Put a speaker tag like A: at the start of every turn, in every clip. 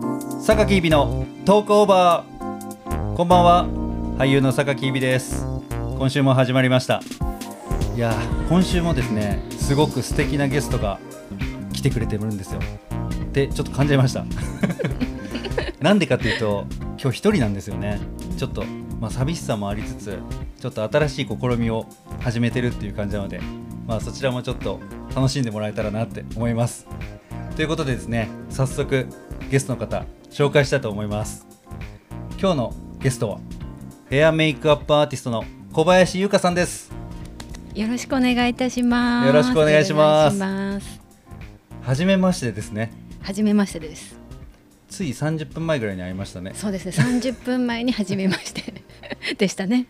A: 榊いびのトークオーバーこんばんは俳優の榊いびです今週も始まりましたいやー今週もですねすごく素敵なゲストが来てくれてるんですよってちょっと感じました なんでかっていうと今日一人なんですよねちょっと、まあ、寂しさもありつつちょっと新しい試みを始めてるっていう感じなので、まあ、そちらもちょっと楽しんでもらえたらなって思いますということでですね早速ゲストの方紹介したいと思います今日のゲストはヘアメイクアップアーティストの小林優香さんです
B: よろしくお願いいたします。
A: よろしくお願いします
B: お願いします
A: 初めましてですね
B: はじめましてです。
A: つい30分前ぐらいに会いましたね
B: そうですね。三十分前にはじめまして でしたね。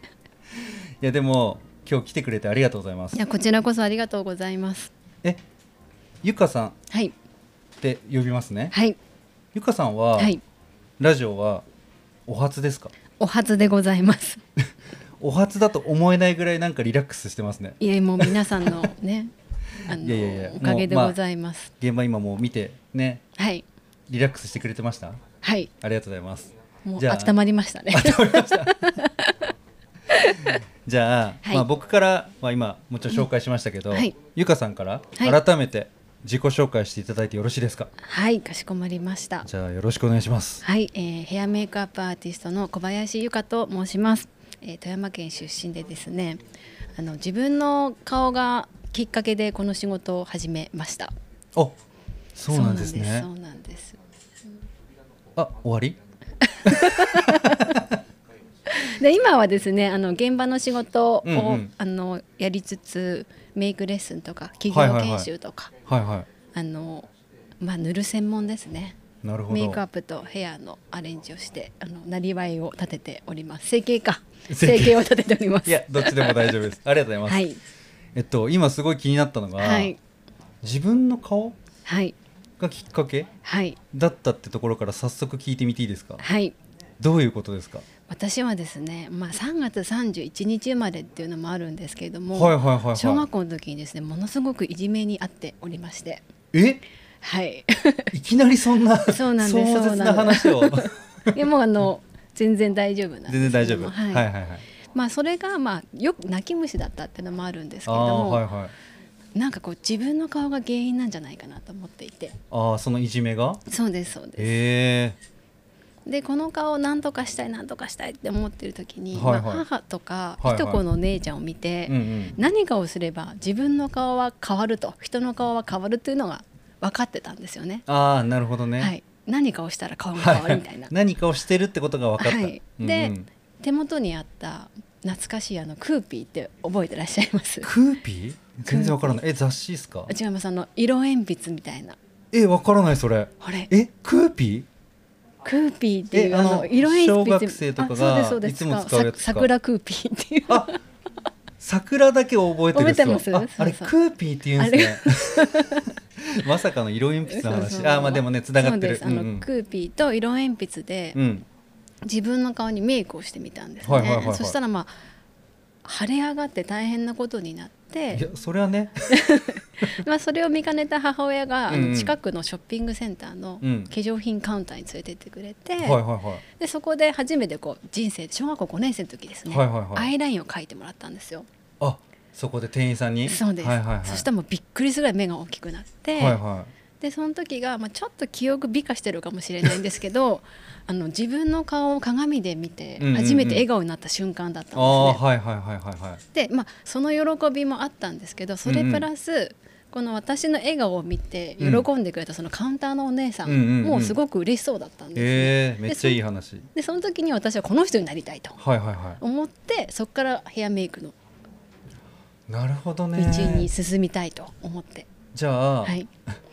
A: いやでも今日来てくれてありがとうございます
B: いやこちらこそありがとうございます。
A: えゆかさんっ
B: はい
A: て呼びますね
B: はい
A: ゆかさんは、
B: はい
A: ラジオはお初ですか
B: お初でございます。
A: お初だと思えないぐらいなんかリラックスしてますね
B: いやもう皆さんの ねあの
A: いやいやいや
B: おかげで
A: もうまあ
B: ございます。
A: 現場今もう見てね
B: はい
A: リラックスしてくれてました
B: はい
A: ありがとうございます
B: もう
A: じゃあ
B: 温まりましたね。
A: じゃあ、
B: はい
A: まあ、僕からは今もちろん紹介しましたけど、
B: うんはい
A: ゆかさんから
B: はい
A: 改めて自己紹介していただいてよろしいですか、
B: はいかしこまりました。
A: じゃあよろしくお願いします
B: はい、えーヘアメイクアップアーティストの小林由香と申します、えー富山県出身でですねあの自分の顔がきっかけでこの仕事を始めました
A: あそうなんですね
B: そうなんです
A: あ終わり
B: そうなんですで今はですねあの現場の仕事を、
A: うんうん
B: あのやりつつメイクレッスンとか企
A: はいはい
B: 業
A: はい
B: 研修とか、
A: はいは
B: あのまあ塗る専門ですね
A: いなるほど
B: メイクアップとヘアのアレンジをしてあのなりわいを立てております整形か
A: 整
B: 整
A: 形
B: 形を立てております
A: いやどっちでも大丈夫です ありがとうございます、
B: はい
A: えっと今すごい気になったのが、
B: はい
A: 自分の顔
B: はい
A: がきっかけ
B: はい
A: だったってところから早速聞いてみていいですか
B: はい
A: どういうことですか
B: 私はですね、まあ、3月31日生まれっていうのもあるんですけれども、
A: はいはいはいはい
B: 小学校の時にですねものすごくいじめにあっておりまして
A: え
B: はい
A: いきなりそんな
B: そうなんです
A: 壮絶な話 を
B: いやもうあの全然大丈夫なんですけ
A: 全然大丈
B: ど
A: 夫
B: も
A: はい
B: はい
A: はいはい
B: まあ、それが、まあ、よく泣き虫だったっていうのもあるんですけ
A: あ
B: れど
A: あ
B: も、
A: はいはい
B: なんかこう自分の顔が原因なんじゃないかなと思っていて
A: ああそのいじめが
B: そうですそうです。
A: え
B: でこの顔を何とかしたい何とかしたいって思ってる時に、
A: はいはい
B: まあ、母とか、
A: はいはい
B: いとこのお姉ちゃんを見て、
A: えうんうん
B: 何かをすれば自分の顔は変わると人の顔は変わるっていうのが分かってたんですよね。
A: ああなるほどね。
B: はい、何かをしたら顔が変わるみたいな
A: 何かをしてるってことが分かった、
B: はい
A: うんうん
B: で手元にあった懐かしいあのクーピーって覚えてらっしゃいます。
A: クーピー全然分からないえ雑誌ですか
B: 違いますあの色鉛筆みたいな。
A: え分からないそれ
B: これ
A: えクーピ
B: クーピーってい
A: え
B: う
A: あ
B: あ
A: の
B: の色鉛筆
A: 小学生とかが
B: あそうですそうです
A: いつも使うやつか
B: さ桜クーピーっていう
A: ーあ桜だけを覚えてるんですよ
B: 覚えてます
A: ああれ
B: そ
A: ク
B: うそ
A: ーピーって言うんですね まさかの色鉛筆の話
B: そうそう
A: あーまあでもねつながってる
B: そうですあの、
A: うんうん
B: クーピーと色鉛筆で、
A: うん
B: 自分の顔にメイクをしてみたんですね、
A: はいはいはいはい
B: そしたらまあ腫れ上がって大変なことになっ
A: いや
B: て、
A: それはね
B: まあ、それを見かねた母親があ
A: うんうん
B: の近くのショッピングセンターの
A: うん
B: 化粧品カウンターに連れてってくれて、
A: はいはいは
B: でそこで初めてこう人生小学校5年生の時ですね、
A: はいはいはい
B: アイラインを描いてもらったんですよ
A: いあそこで店員さんに
B: そうです、
A: はいはいはい
B: そしたらもうびっくりするぐらい目が大きくなっ
A: は
B: て、
A: いは
B: でその時が、まあ、ちょっと記憶美化してるかもしれないんです けどあの自分の顔を鏡で見て
A: うんうんうん
B: 初めて笑顔になった瞬間だったんで
A: あ
B: す
A: あ
B: ね。
A: はいはいはいはいはい
B: で、まあ、その喜びもあったんですけどそれプラス、この私の笑顔を見て喜
A: うん
B: んでくれたそのカウンターのお姉さん、
A: うんうんうん
B: もうすごく嬉しそうだったんですね、
A: ええめっちゃいい
B: で
A: 話
B: そでその時に私はこの人になりたいと
A: はいはいは
B: 思ってそこからヘアメイクの
A: いなるほど
B: 道
A: ね
B: に進みたいと思って、
A: じゃあ、
B: はい、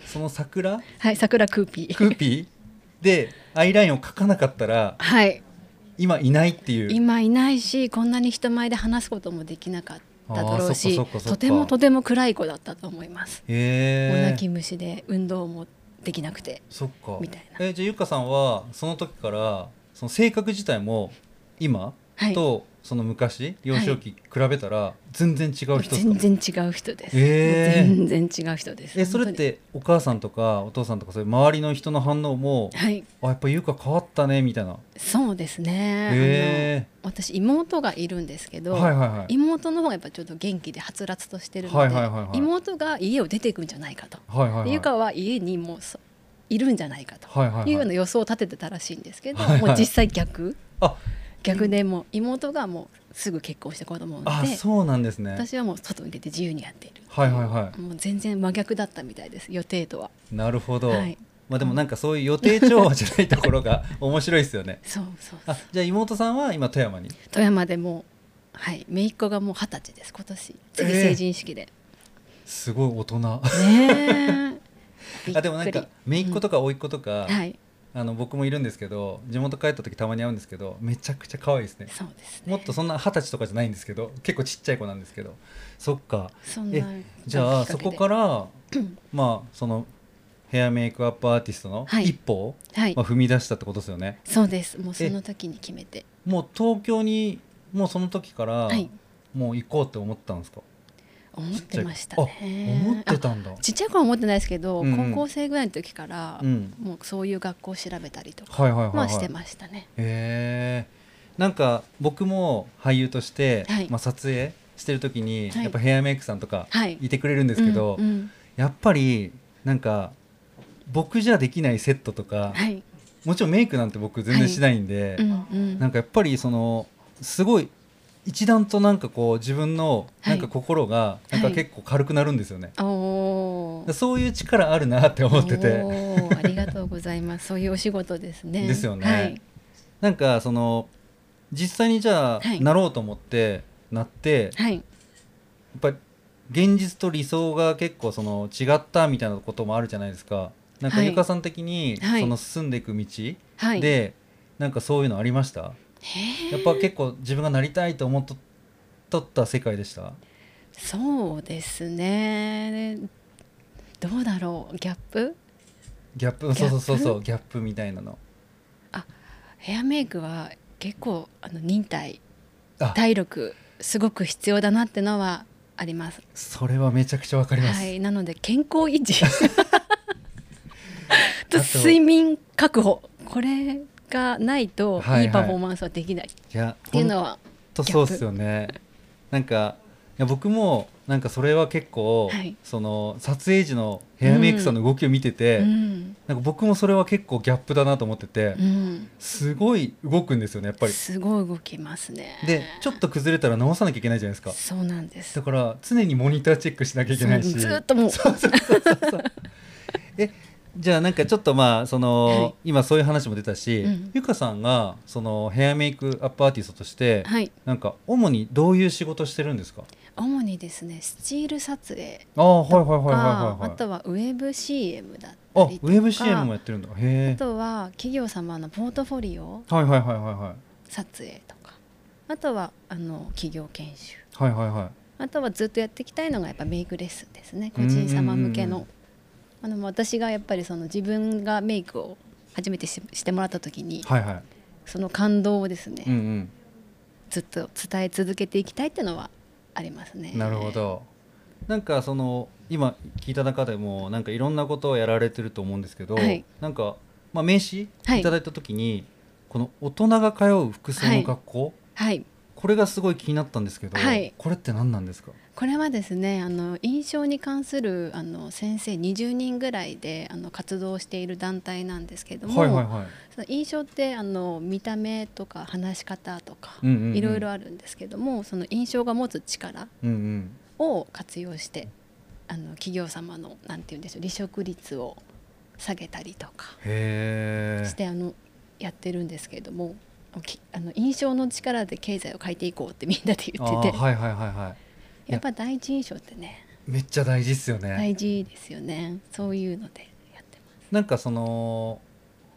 A: その桜
B: はい、桜クーピー
A: クーピーでアイラインを描かなかったら
B: はい
A: 今いないっていう
B: 今いないしこんなに人前で話すこともできなかっただろう
A: あー
B: し
A: そっかそっかそっか
B: とてもとても暗い子だったと思います、
A: へ
B: もう
A: え
B: 泣き虫で運動もできなくて
A: そっか
B: みたいな
A: えじゃあゆっかさんはその時からその性格自体も今
B: はい
A: とその昔幼少期比べたら全然違う人だった
B: 全然違う人です、
A: えー
B: もう全然違う人です
A: えそれっ
B: 本当に
A: てお母さんとかお父さんとかそういう周りの人の反応も
B: はい
A: あやっぱ優香変わったねみたいな
B: そうですね、
A: へ
B: あの私妹がいるんですけど、
A: はいはいはい
B: 妹の方がやっぱちょっと元気ではつらつとしてるので、
A: はいはいはいはい
B: 妹が家を出ていくんじゃないかと、
A: はいはいは
B: で
A: い
B: ゆかは家にもうそいるんじゃないかと
A: はいはいはい
B: いうような予想を立ててたらしいんですけど、
A: はいはい
B: もう実際逆
A: あ
B: 逆でもう妹がもうすぐ結婚して子供を産
A: あ
B: んで
A: そうなんですね
B: 私はもう外に出て自由にやっている
A: はいはいは
B: もう全然真逆だったみたいです予定とは。
A: いなるほど、
B: はい
A: まあでもなんかそういう予定調和じゃないところが 面白いですよね
B: そうそうそ
A: あ
B: う
A: じゃあ妹さんは今富山に
B: 富山でもうはい姪っ子がもう二十歳です今年次
A: えー
B: 成人式で、
A: すごい大人
B: ねえ
A: あでもなんか姪っ子とか甥っ子とか、
B: はい
A: あの僕もいるんですけど地元帰った時たまに会うんですけどめちゃくちゃ可愛いですね
B: そうですね
A: もっとそんな二十歳とかじゃないんですけど結構ちっちゃい子なんですけどそっか
B: そんな
A: えじゃあそこからら まあそのヘアメイクアップアーティストの
B: はい
A: 一歩を、
B: はい
A: まあ、踏み出したってことですよね
B: そうですもうその時に決めて
A: もう東京にもうその時から
B: はい
A: もう行こうって思ったんですか、
B: 思っ
A: ちっちゃ
B: て
A: い
B: ました
A: あ
B: ね
A: 思って
B: あ
A: たんだ
B: ちっちゃい頃は思ってないですけど、
A: うんうん
B: 高校生ぐらいの時から、
A: うん
B: もうそういう学校を調べたりとか、
A: はいはいはい、はい
B: まあしてましたね
A: へえんか僕も俳優として、
B: はい
A: まあ、撮影してる時に、
B: はい
A: やっぱヘアメイクさんとか
B: はい
A: いてくれるんですけど、
B: うんうん
A: やっぱりなんか僕じゃできないセットとか、
B: はい
A: もちろんメイクなんて僕全然しないんで、
B: うんうん
A: なんかやっぱりそのすごい一段となんかこう自分の
B: は
A: ないんか心がなんか結構軽くなるんですよね、
B: おー
A: そういう力あるなって思ってて
B: おーありがとうございますそういうお仕事ですね
A: ですよね
B: はい
A: なんかその実際にじゃあ
B: はい
A: なろうと思ってなって、
B: はい
A: やっぱり現実と理想が結構その違ったみたいなこともあるじゃないですかなんか
B: はい
A: ゆかさん的に
B: はい
A: その進んでいく道で、
B: はい
A: なんかそういうのありました
B: へー
A: やっぱ結構自分がなりたいと思っととった世界でした
B: そうですねどうだろうギャップ
A: ギャップ
B: ギャッ
A: そう
B: プ
A: そうそうそうギャップみたいなの
B: ヘアメイクは結構あの忍耐
A: あ
B: 体力すごく必要だなってのはあります
A: それはめちゃくちゃわかります、
B: はい、なので健康 維持と
A: あと
B: 睡眠確保これがない
A: は
B: と
A: いはい
B: いいパフォーマンスはできないっ
A: いや
B: ていうのは、
A: とそうですよねなんかいや僕もなんかそれは結構、
B: はい
A: その撮影時のヘアメイクさんの動きを見てて、
B: うん
A: なんか僕もそれは結構ギャップだなと思ってて、
B: うん、
A: すごい動くんですよねやっぱり
B: すごい動きますね
A: でちょっと崩れたら直さなきゃいけないじゃないですか
B: そうなんです
A: だから常にモニターチェックしなきゃいけないし
B: そうずっともう
A: そうそうそうそうえじゃあなんかちょっとまあその、
B: はい
A: 今そういう話も出たし、
B: うん
A: ゆかさんがそのヘアメイクアップアーティストとして、
B: はい
A: なんか主にどういう仕事してるんですか
B: 主にですねスチール撮影
A: ああはいはいはい
B: と
A: はいはい
B: かあ
A: はい
B: とはウェブ CM だっ
A: あ
B: た
A: ウ
B: りとか
A: ェブ CM もやってるんだへ
B: あ
A: え
B: とは企業様のポートフォリオ
A: はいはいはいはいはい
B: 撮影とかあとはあの企業研修
A: はいはいはい
B: あとはずっとやっていきたいのがやっぱメイクレッスンですね個人様向け
A: うん
B: のあの私がやっぱりその自分がメイクを初めてししてもらった時に
A: はいはい
B: その感動をですね、
A: うんうん
B: ずっと伝え続けていきたいっていうのはありますね。
A: なるほど。なんかその今聞いた中でもなんかいろんなことをやられてると思うんですけど、
B: はい
A: なんかまあ名刺い
B: はい
A: ただいた時に、この大人が通う服装の学校、
B: はい
A: これがすごい気になったんですけど、
B: はい
A: これって何なんですか？
B: これはですねあの印象に関するあの先生20人ぐらいであの活動している団体なんですけども、
A: はいはいはい。
B: その印象ってあの見た目とか話し方とか、
A: うんうんうん
B: いろいろあるんですけどもその印象が持つ力
A: うんうん。
B: を活用してあの企業様のなんて言うんでしょう離職率を下げたりとか
A: へ
B: し
A: え。
B: てあのやってるんですけれどもきあの印象の力で経済を変えていこうってみんなで言
A: あ
B: っ
A: ー
B: てて、
A: はいはいはいは
B: やっぱ第一印象ってね
A: い。めっちゃ大事ですよね。
B: 大事ですよねそういうのでやってま
A: なんかその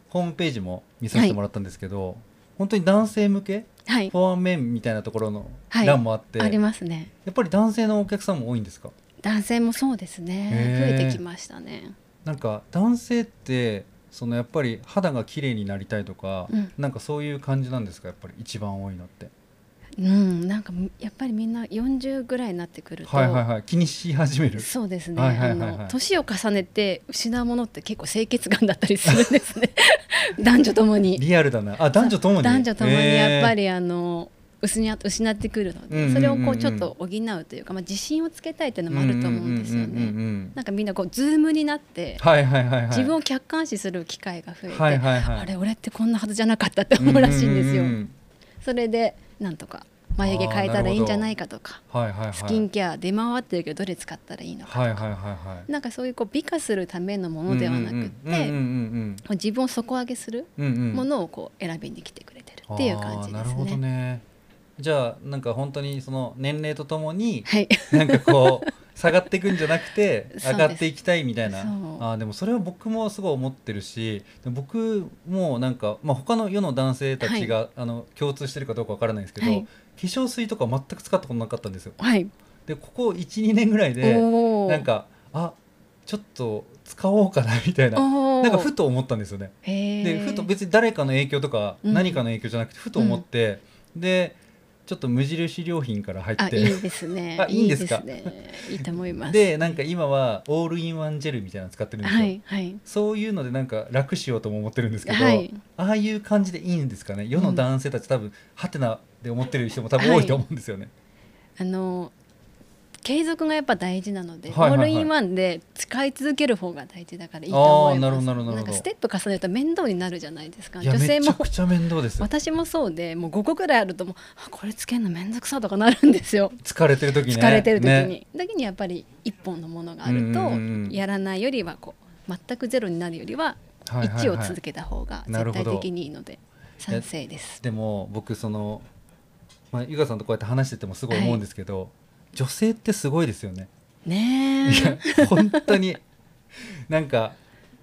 A: ホームページも見させてもらったんですけど、本当に男性向け
B: す。はい
A: フォアメンみたいなところの
B: はい
A: 欄もあって、
B: ありますね
A: やっぱり男性のお客さんも多いんですか
B: 男性もそうですね
A: へー
B: 増えてきましたね
A: なんか男性ってそのやっぱり肌が綺麗になりたいとか、
B: うん
A: なんかそういう感じなんですかやっぱり一番多いのって
B: うん、なんかやっぱりみんな40ぐらいになってくると、
A: はいはいはい気にし始める
B: そうですね。
A: はい
B: あ
A: はいはいはい
B: の年を重ねて失うものって結構清潔感だったりするんです ね。男女ともに。
A: リアルだなあ男女ともに
B: 男女ともにやっぱ
A: り、
B: りあの失い失ってくるの
A: うんうんうんう
B: で、
A: ん
B: それをこうちょっと補うというか、まあ自信をつけたいっていうのもあると思うんですよ
A: うんうんうんうん
B: ね。
A: うん
B: なんかみんなこうズームになって。
A: はいはいはいはい
B: 自分を客観視する機会が増えて、
A: はいはいはい
B: あれ俺ってこんなはずじゃなかったって思うらしいんですよ、
A: うううん
B: それでなんとか眉毛変えたらいいんじゃないかとか
A: うんはいはいはい
B: スキンケア出回ってるけどどれ使ったらいいのかとか、
A: はいはいはいはい
B: なんかそういうこう美化するためのものではなくって、
A: うんうん
B: 自分を底上げする
A: うんうんうんうんうん
B: ものをこう選びに来てくれてるっていう感じ
A: あーな
B: で
A: る
B: す
A: ほど
B: ね。
A: ねじゃあなんか本当にその年齢とともに
B: はい、
A: なんかこう下がっていくんじゃなくて
B: そうです
A: 上がっていきたいみたいな
B: そう
A: あーでもそれは僕もすごい思ってるし僕もなんか、まあ、他の世の男性たちが、あの共通してるかどうかわからないですけど、
B: はい
A: 化粧水とか全く使ったことなかったんですよ。
B: はい、
A: でここ12年ぐらいで
B: おお、
A: なんかあちょっと使おうかなみたいな
B: おー、
A: なんかふと思ったんですよね。
B: へー、
A: でふと別に誰かの影響とか
B: うん
A: 何かの影響じゃなくてふと思って、でちょっと無印良品から入
B: あ
A: っ
B: いい
A: て
B: ですね
A: あいいんですか
B: いいねいいと思います。
A: でなんか今はオールインワンジェルみたいなの使ってるんですよ、
B: はいはい
A: そういうのでなんか楽しようとも思ってるんですけど、
B: はい
A: ああいう感じでいいんですかね世の男性たち多分ハテナで思ってる人も多分多いと思うんですよね、
B: あの継続がやっぱ大事なので、
A: はいはいはい
B: オールインワンで使い続ける方が大事だからいいと
A: あ
B: 思
A: ー
B: い
A: な
B: ま
A: る
B: す。
A: ほどなるほどなるほど
B: んかステップ重ねると面倒になるじゃないですか。
A: いや
B: 女性
A: めち
B: も
A: ゃくちゃ面倒です
B: 私もそうでもう5個ぐらいあるともうあこれつけるの面倒くさとかなるんですよ
A: 疲れてる時ね
B: 疲れてる時に、
A: ね
B: 時にやっぱり1本のものがある
A: うん
B: と
A: うんうん
B: やらないよりはこう全くゼロになるよりは
A: はいはいはい
B: 1を続けた方が
A: なる
B: 絶
A: ほ
B: 対
A: ど
B: 的にいいので賛成です
A: でも僕その、まあ、ゆかさんとこうやって話しててもすごい思うんですけど、女性ってすごいですよね
B: ね
A: い
B: え
A: や本当になんか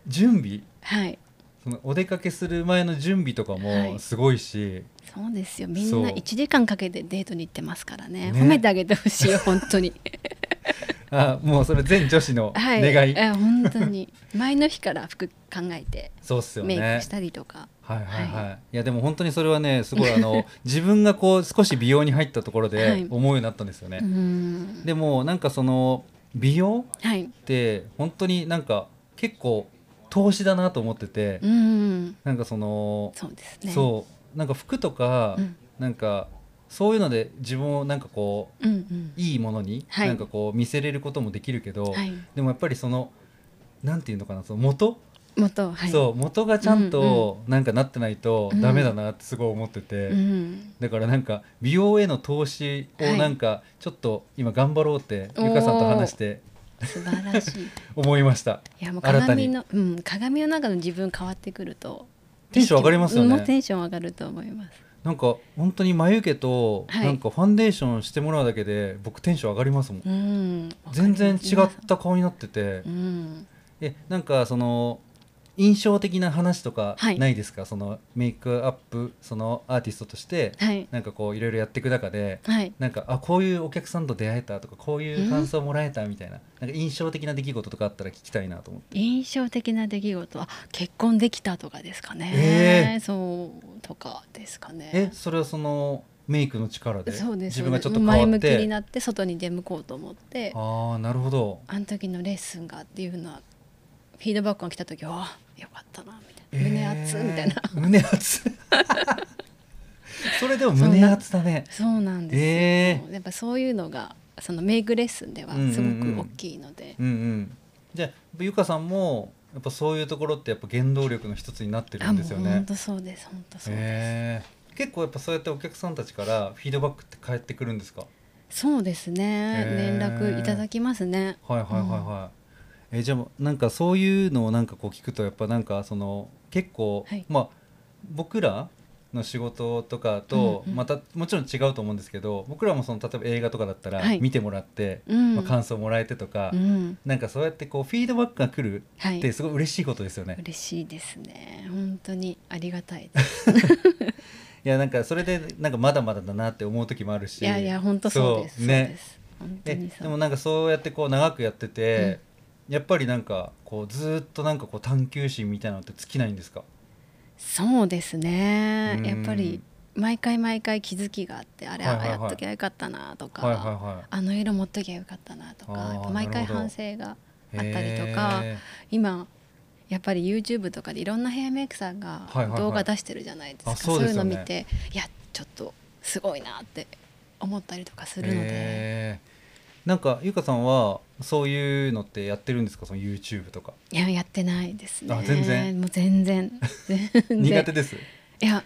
A: 準備
B: はい
A: そのお出かけする前の準備とか
B: は
A: も
B: い
A: すごいし、
B: そうですよみん
A: そう
B: な1時間かけてデートに行ってますからね
A: ね
B: 褒めてあげてほしいよ本 当に
A: あもうそれ全女子の
B: はい
A: 願い、
B: え本当に前の日から服考えて
A: そうっすよ
B: メイ
A: ね
B: クしたりとか、
A: はいはいはい、、
B: はい
A: やでも本当にそれはねすごいあ の自分がこう少し美容に入ったところ
B: は
A: で
B: い
A: 思うようになったんですよね、
B: うーん
A: でもなんかその美容
B: はい
A: って本当になんか結構投資だなと思ってて、
B: うーん
A: なんかその
B: そうですね
A: そうなんか服とか、
B: うん
A: なんかそういうので自分をなんかこう
B: うんうん
A: いいものに、
B: はい
A: なんかこう見せれることもできるけど、
B: はい、
A: でもやっぱりそのなんていうのかなその元、
B: 元はい
A: そう元がちゃんとなんかなってないと
B: うん
A: ダメだなってすごい思ってて、
B: うん、
A: だからなんか美容への投資を
B: はい
A: なんかちょっと今頑張ろうって、
B: おー
A: ゆかさんと話して
B: 素晴 らしい。
A: 思いました
B: いやもう
A: 新た
B: 鏡
A: に
B: の、うん、鏡の中の自分変わってくると。
A: テンション上がりますよね
B: もうテンション上がると思います。
A: なんか本当に眉毛と
B: はい
A: なんかファンデーションしてもらうだけで僕テンション上がりますもん、
B: うん。
A: 全然違
B: わ
A: っ
B: かり
A: た顔になってて
B: ます。うん。
A: えなんかその印象的な話とか
B: はい
A: ないですか、そのメイクアップそのアーティストとして
B: はい。
A: なんかこういろいろやっていく中で
B: はい。
A: なんかあこういうお客さんと出会えたとかこういう感想もらえたみたいな,、なんか印象的な出来事とかあったら聞きたいなと思って
B: 印象的な出来事は結婚できたとかですかね。
A: えー
B: そうとかですかね。
A: えそれはそのメイクの力で
B: そうです。
A: 自分がちょっと変わって
B: 前向きになって外に出向こうと思って、あ
A: ああなるほど
B: の時のレッスンがっていうのはフィードバックが来た時はあよかったなみたいな胸熱みたいな。
A: えー胸熱 それで も胸熱だね
B: そうなんですよ、
A: え
B: やっぱそういうのがそのメイクレッスンでは
A: うんうんうん
B: すごく大きいので、
A: うんうんじゃあゆかさんもやっぱそういうところってやっぱ原動力の一つになってるんですよ
B: あもう
A: ね
B: 本当そうです本当そうです、
A: へえ結構やっぱそうやってお客さんたちからフィードバックって返ってくるんですか
B: そうですね、
A: へー
B: 連絡いただきますね
A: はいはいはいはい、えじゃあなんかそういうのをなんかこう聞くとやっぱなんかその結構、
B: はい
A: まあ僕らの仕事とかと
B: うんうん
A: またもちろん違うと思うんですけど僕らもその例えば映画とかだったら
B: はい
A: 見てもらって、
B: うん、
A: まあ、感想もらえてとか、
B: うん
A: なんかそうやってこうフィードバックが来る
B: は
A: って
B: い
A: すごい嬉しいことですよね。い、
B: 嬉しいですね本当にありがたいです
A: やなんかそれでなんかまだまだだなって思う時もあるし
B: いやいや本当そうですそう,、
A: ね
B: です本当
A: え
B: に
A: で
B: そ
A: も
B: う
A: なんかそうやってこう長くやってて、やっぱりなんかこうずーっとなんかこう探求心みたいなのって尽きないんですか
B: そうですね
A: うん
B: やっぱり毎回毎回気づきがあってあれ、
A: はいはいはい
B: あやっときゃよかったなとか、
A: はいは
B: あの色持っときゃよかったなとか
A: あー
B: やっぱ毎
A: な
B: 回
A: るほど
B: 反省が
A: い
B: あ
A: は
B: っ
A: い。
B: たりとか
A: へ
B: 今やっぱり YouTube とかでいろんなヘアメイクさんが
A: はいはいはい
B: 動画出してるじゃないですか、
A: あそうですよ
B: い
A: ね
B: うの見ていやちょっとすごいなって思ったりとかす
A: ー
B: るので、
A: へーなんかゆかさんはそういうのってやってるんですかその YouTube とか
B: いややってないですね
A: あ全然
B: もう 全然全然
A: 苦手です
B: いや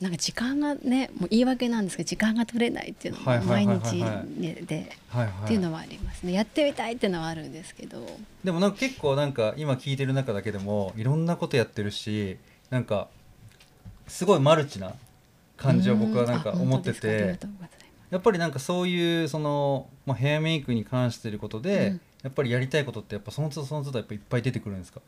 B: なんか時間がねもう言い訳なんですけど時間が取れないっていうの
A: はい
B: が
A: はい
B: 毎
A: はいはい
B: 日ねで
A: はいはい
B: っていうのはありますねやってみたいっていうのはあるんですけど
A: でもなんか結構なんか今聞いてる中だけでもいろんなことやってるしなんかすごいマルチな感じを僕はなんか
B: うんあ
A: 思って
B: 本当ですかありが
A: て
B: とうございます
A: やっぱりなんかそういうその、まあ、ヘアメイクに関してることで、
B: うん
A: やっぱりやりたいことってやっぱその都度その都度やっぱいっぱい出てくるんですか,、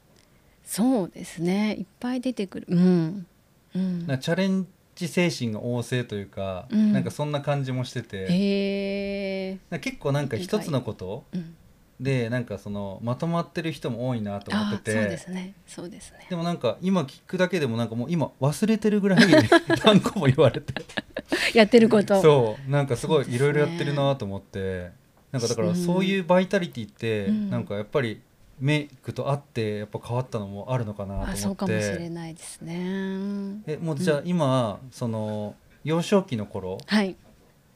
B: そうですねいっぱい出てくるうんうん
A: なんかチャレンジ精神が旺盛というか、
B: うん
A: なんかそんな感じもしてて、
B: へえ
A: なんか結構なんか一つのこと
B: うん
A: でなんかそのまとまってる人も多いなと思
B: あ
A: って
B: ー
A: て
B: そうですねそうですね
A: でもなんか今聞くだけでもなんかもう今忘れてるぐらい 何個も言われて
B: やってること
A: そうなんかすご
B: そう
A: い
B: で
A: い
B: すね
A: ろいろやってるなと思ってなんかだか
B: う
A: ら
B: ん
A: そういうバイタリティって
B: うん
A: なんかやっぱりメイクとあってやっぱ変わったのもあるのかな
B: あ
A: と
B: そ
A: 思
B: うか
A: っ
B: もしれ
A: て
B: ないですね
A: えもうじゃあ今その幼少期の頃
B: はい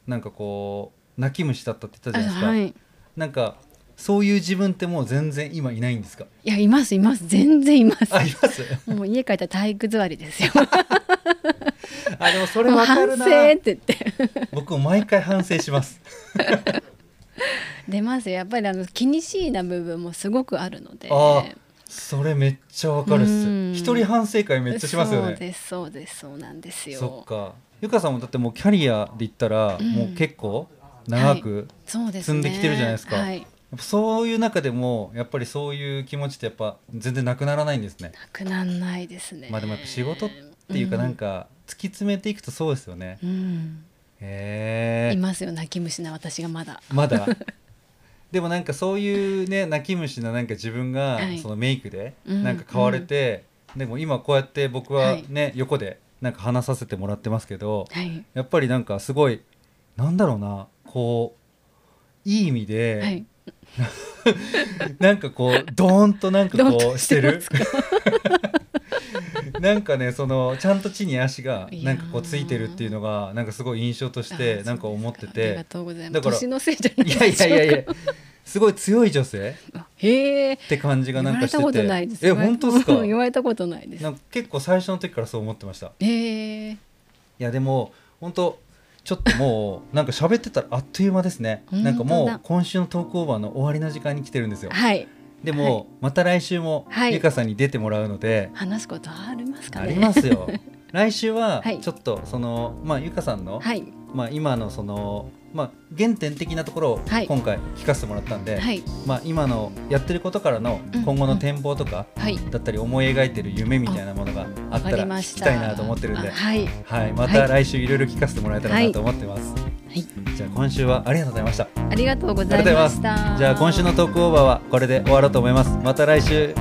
A: なんかこう泣き虫だったって言った
B: あ
A: じゃな
B: はい
A: ですか
B: い
A: なんかそういう自分ってもう全然今いないんですか
B: いやいますいます全然います
A: あい ます
B: もう家帰ったら体育座りですよ。
A: あでもそれ
B: もう
A: わか
B: 反
A: る
B: 省
A: な
B: って言って
A: 僕も毎回反省します
B: 出ますよやっぱりあの気にしいな部分もすごくあるので。
A: あーそれめっちゃわかるっ
B: うん
A: す一人反省会めっちゃしますよ
B: そう
A: ね
B: ですそうですそうなんですよ。
A: そっかゆかさんもだってもうキャリアで言ったら
B: うん
A: もう結構長く、
B: そうです、
A: 積
B: ね。
A: んできてるじゃないですか
B: はい。
A: やっぱそういう中でもやっぱりそういう気持ちってやっぱ全然なくならないんですね
B: なくなんないですね。
A: まあでもやっぱ仕事っていうかなんか突き詰めていくとそうですよね
B: うん。うん
A: へえ
B: いますよ泣き虫な私がまだ。
A: まだ でもなんかそういうね泣き虫ななんか自分が
B: はい
A: そのメイクで
B: うん
A: なんか買われて、でも今こうやって僕
B: は
A: はいね、横でなんか話させてもらってますけど
B: はい。
A: やっぱりなんかすごいなんだろうなこういい意味で、
B: はい。
A: なんかこうドーンとなんか
B: どん
A: こ
B: と
A: う
B: し
A: してて
B: ま
A: る
B: すか
A: なんかねそのちゃんと地に足が
B: い
A: な
B: やー
A: んかこうついてるっていうのがなんかすごい印象としてなんか思って
B: あそうですありが
A: て
B: とうござい
A: だ
B: ます。
A: から
B: 年のせいじゃない
A: い
B: で
A: やい
B: す
A: やいやいやすごい強い女性
B: へえ。
A: って感じが
B: 言
A: な
B: わ
A: んか
B: れ
A: して
B: た
A: て
B: ことないです。
A: え本当ですか
B: 言われたことないです
A: な。んか結構最初の時からそう思ってましたい
B: へえ。
A: やでも本当ちょっともうなんか喋ってたらあっという間ですね
B: 本当だ
A: なんかもう今週のトークオーバーの終わりの時間に来てるんですよ
B: はい。
A: でも、また来週も
B: はい
A: ゆかさんに出てもらうので、
B: 話すことありますか
A: あ
B: ね。
A: ります よ来週は
B: はい
A: ちょっとその、まあゆかさんの、
B: はい。
A: まあ今のそのまあ原点的なところを
B: はい
A: 今回聞かせてもらったんで、
B: はい。
A: まあ今のやってることからの
B: うん
A: 今後の展望とか
B: はい。
A: だったり思い描いてる夢みたいなものがあ
B: わ
A: った
B: からりま
A: 聞
B: し
A: き
B: た。
A: たいなと思ってるんで
B: あはい。
A: はい、また来週いろいろ聞かせてもらえたら
B: は
A: ないと思ってます。
B: い
A: じゃあ今週はありがとうございました。
B: ありがとうございました。
A: じゃあ今週のトークオーバーはこれで終わろうと思います。また来週。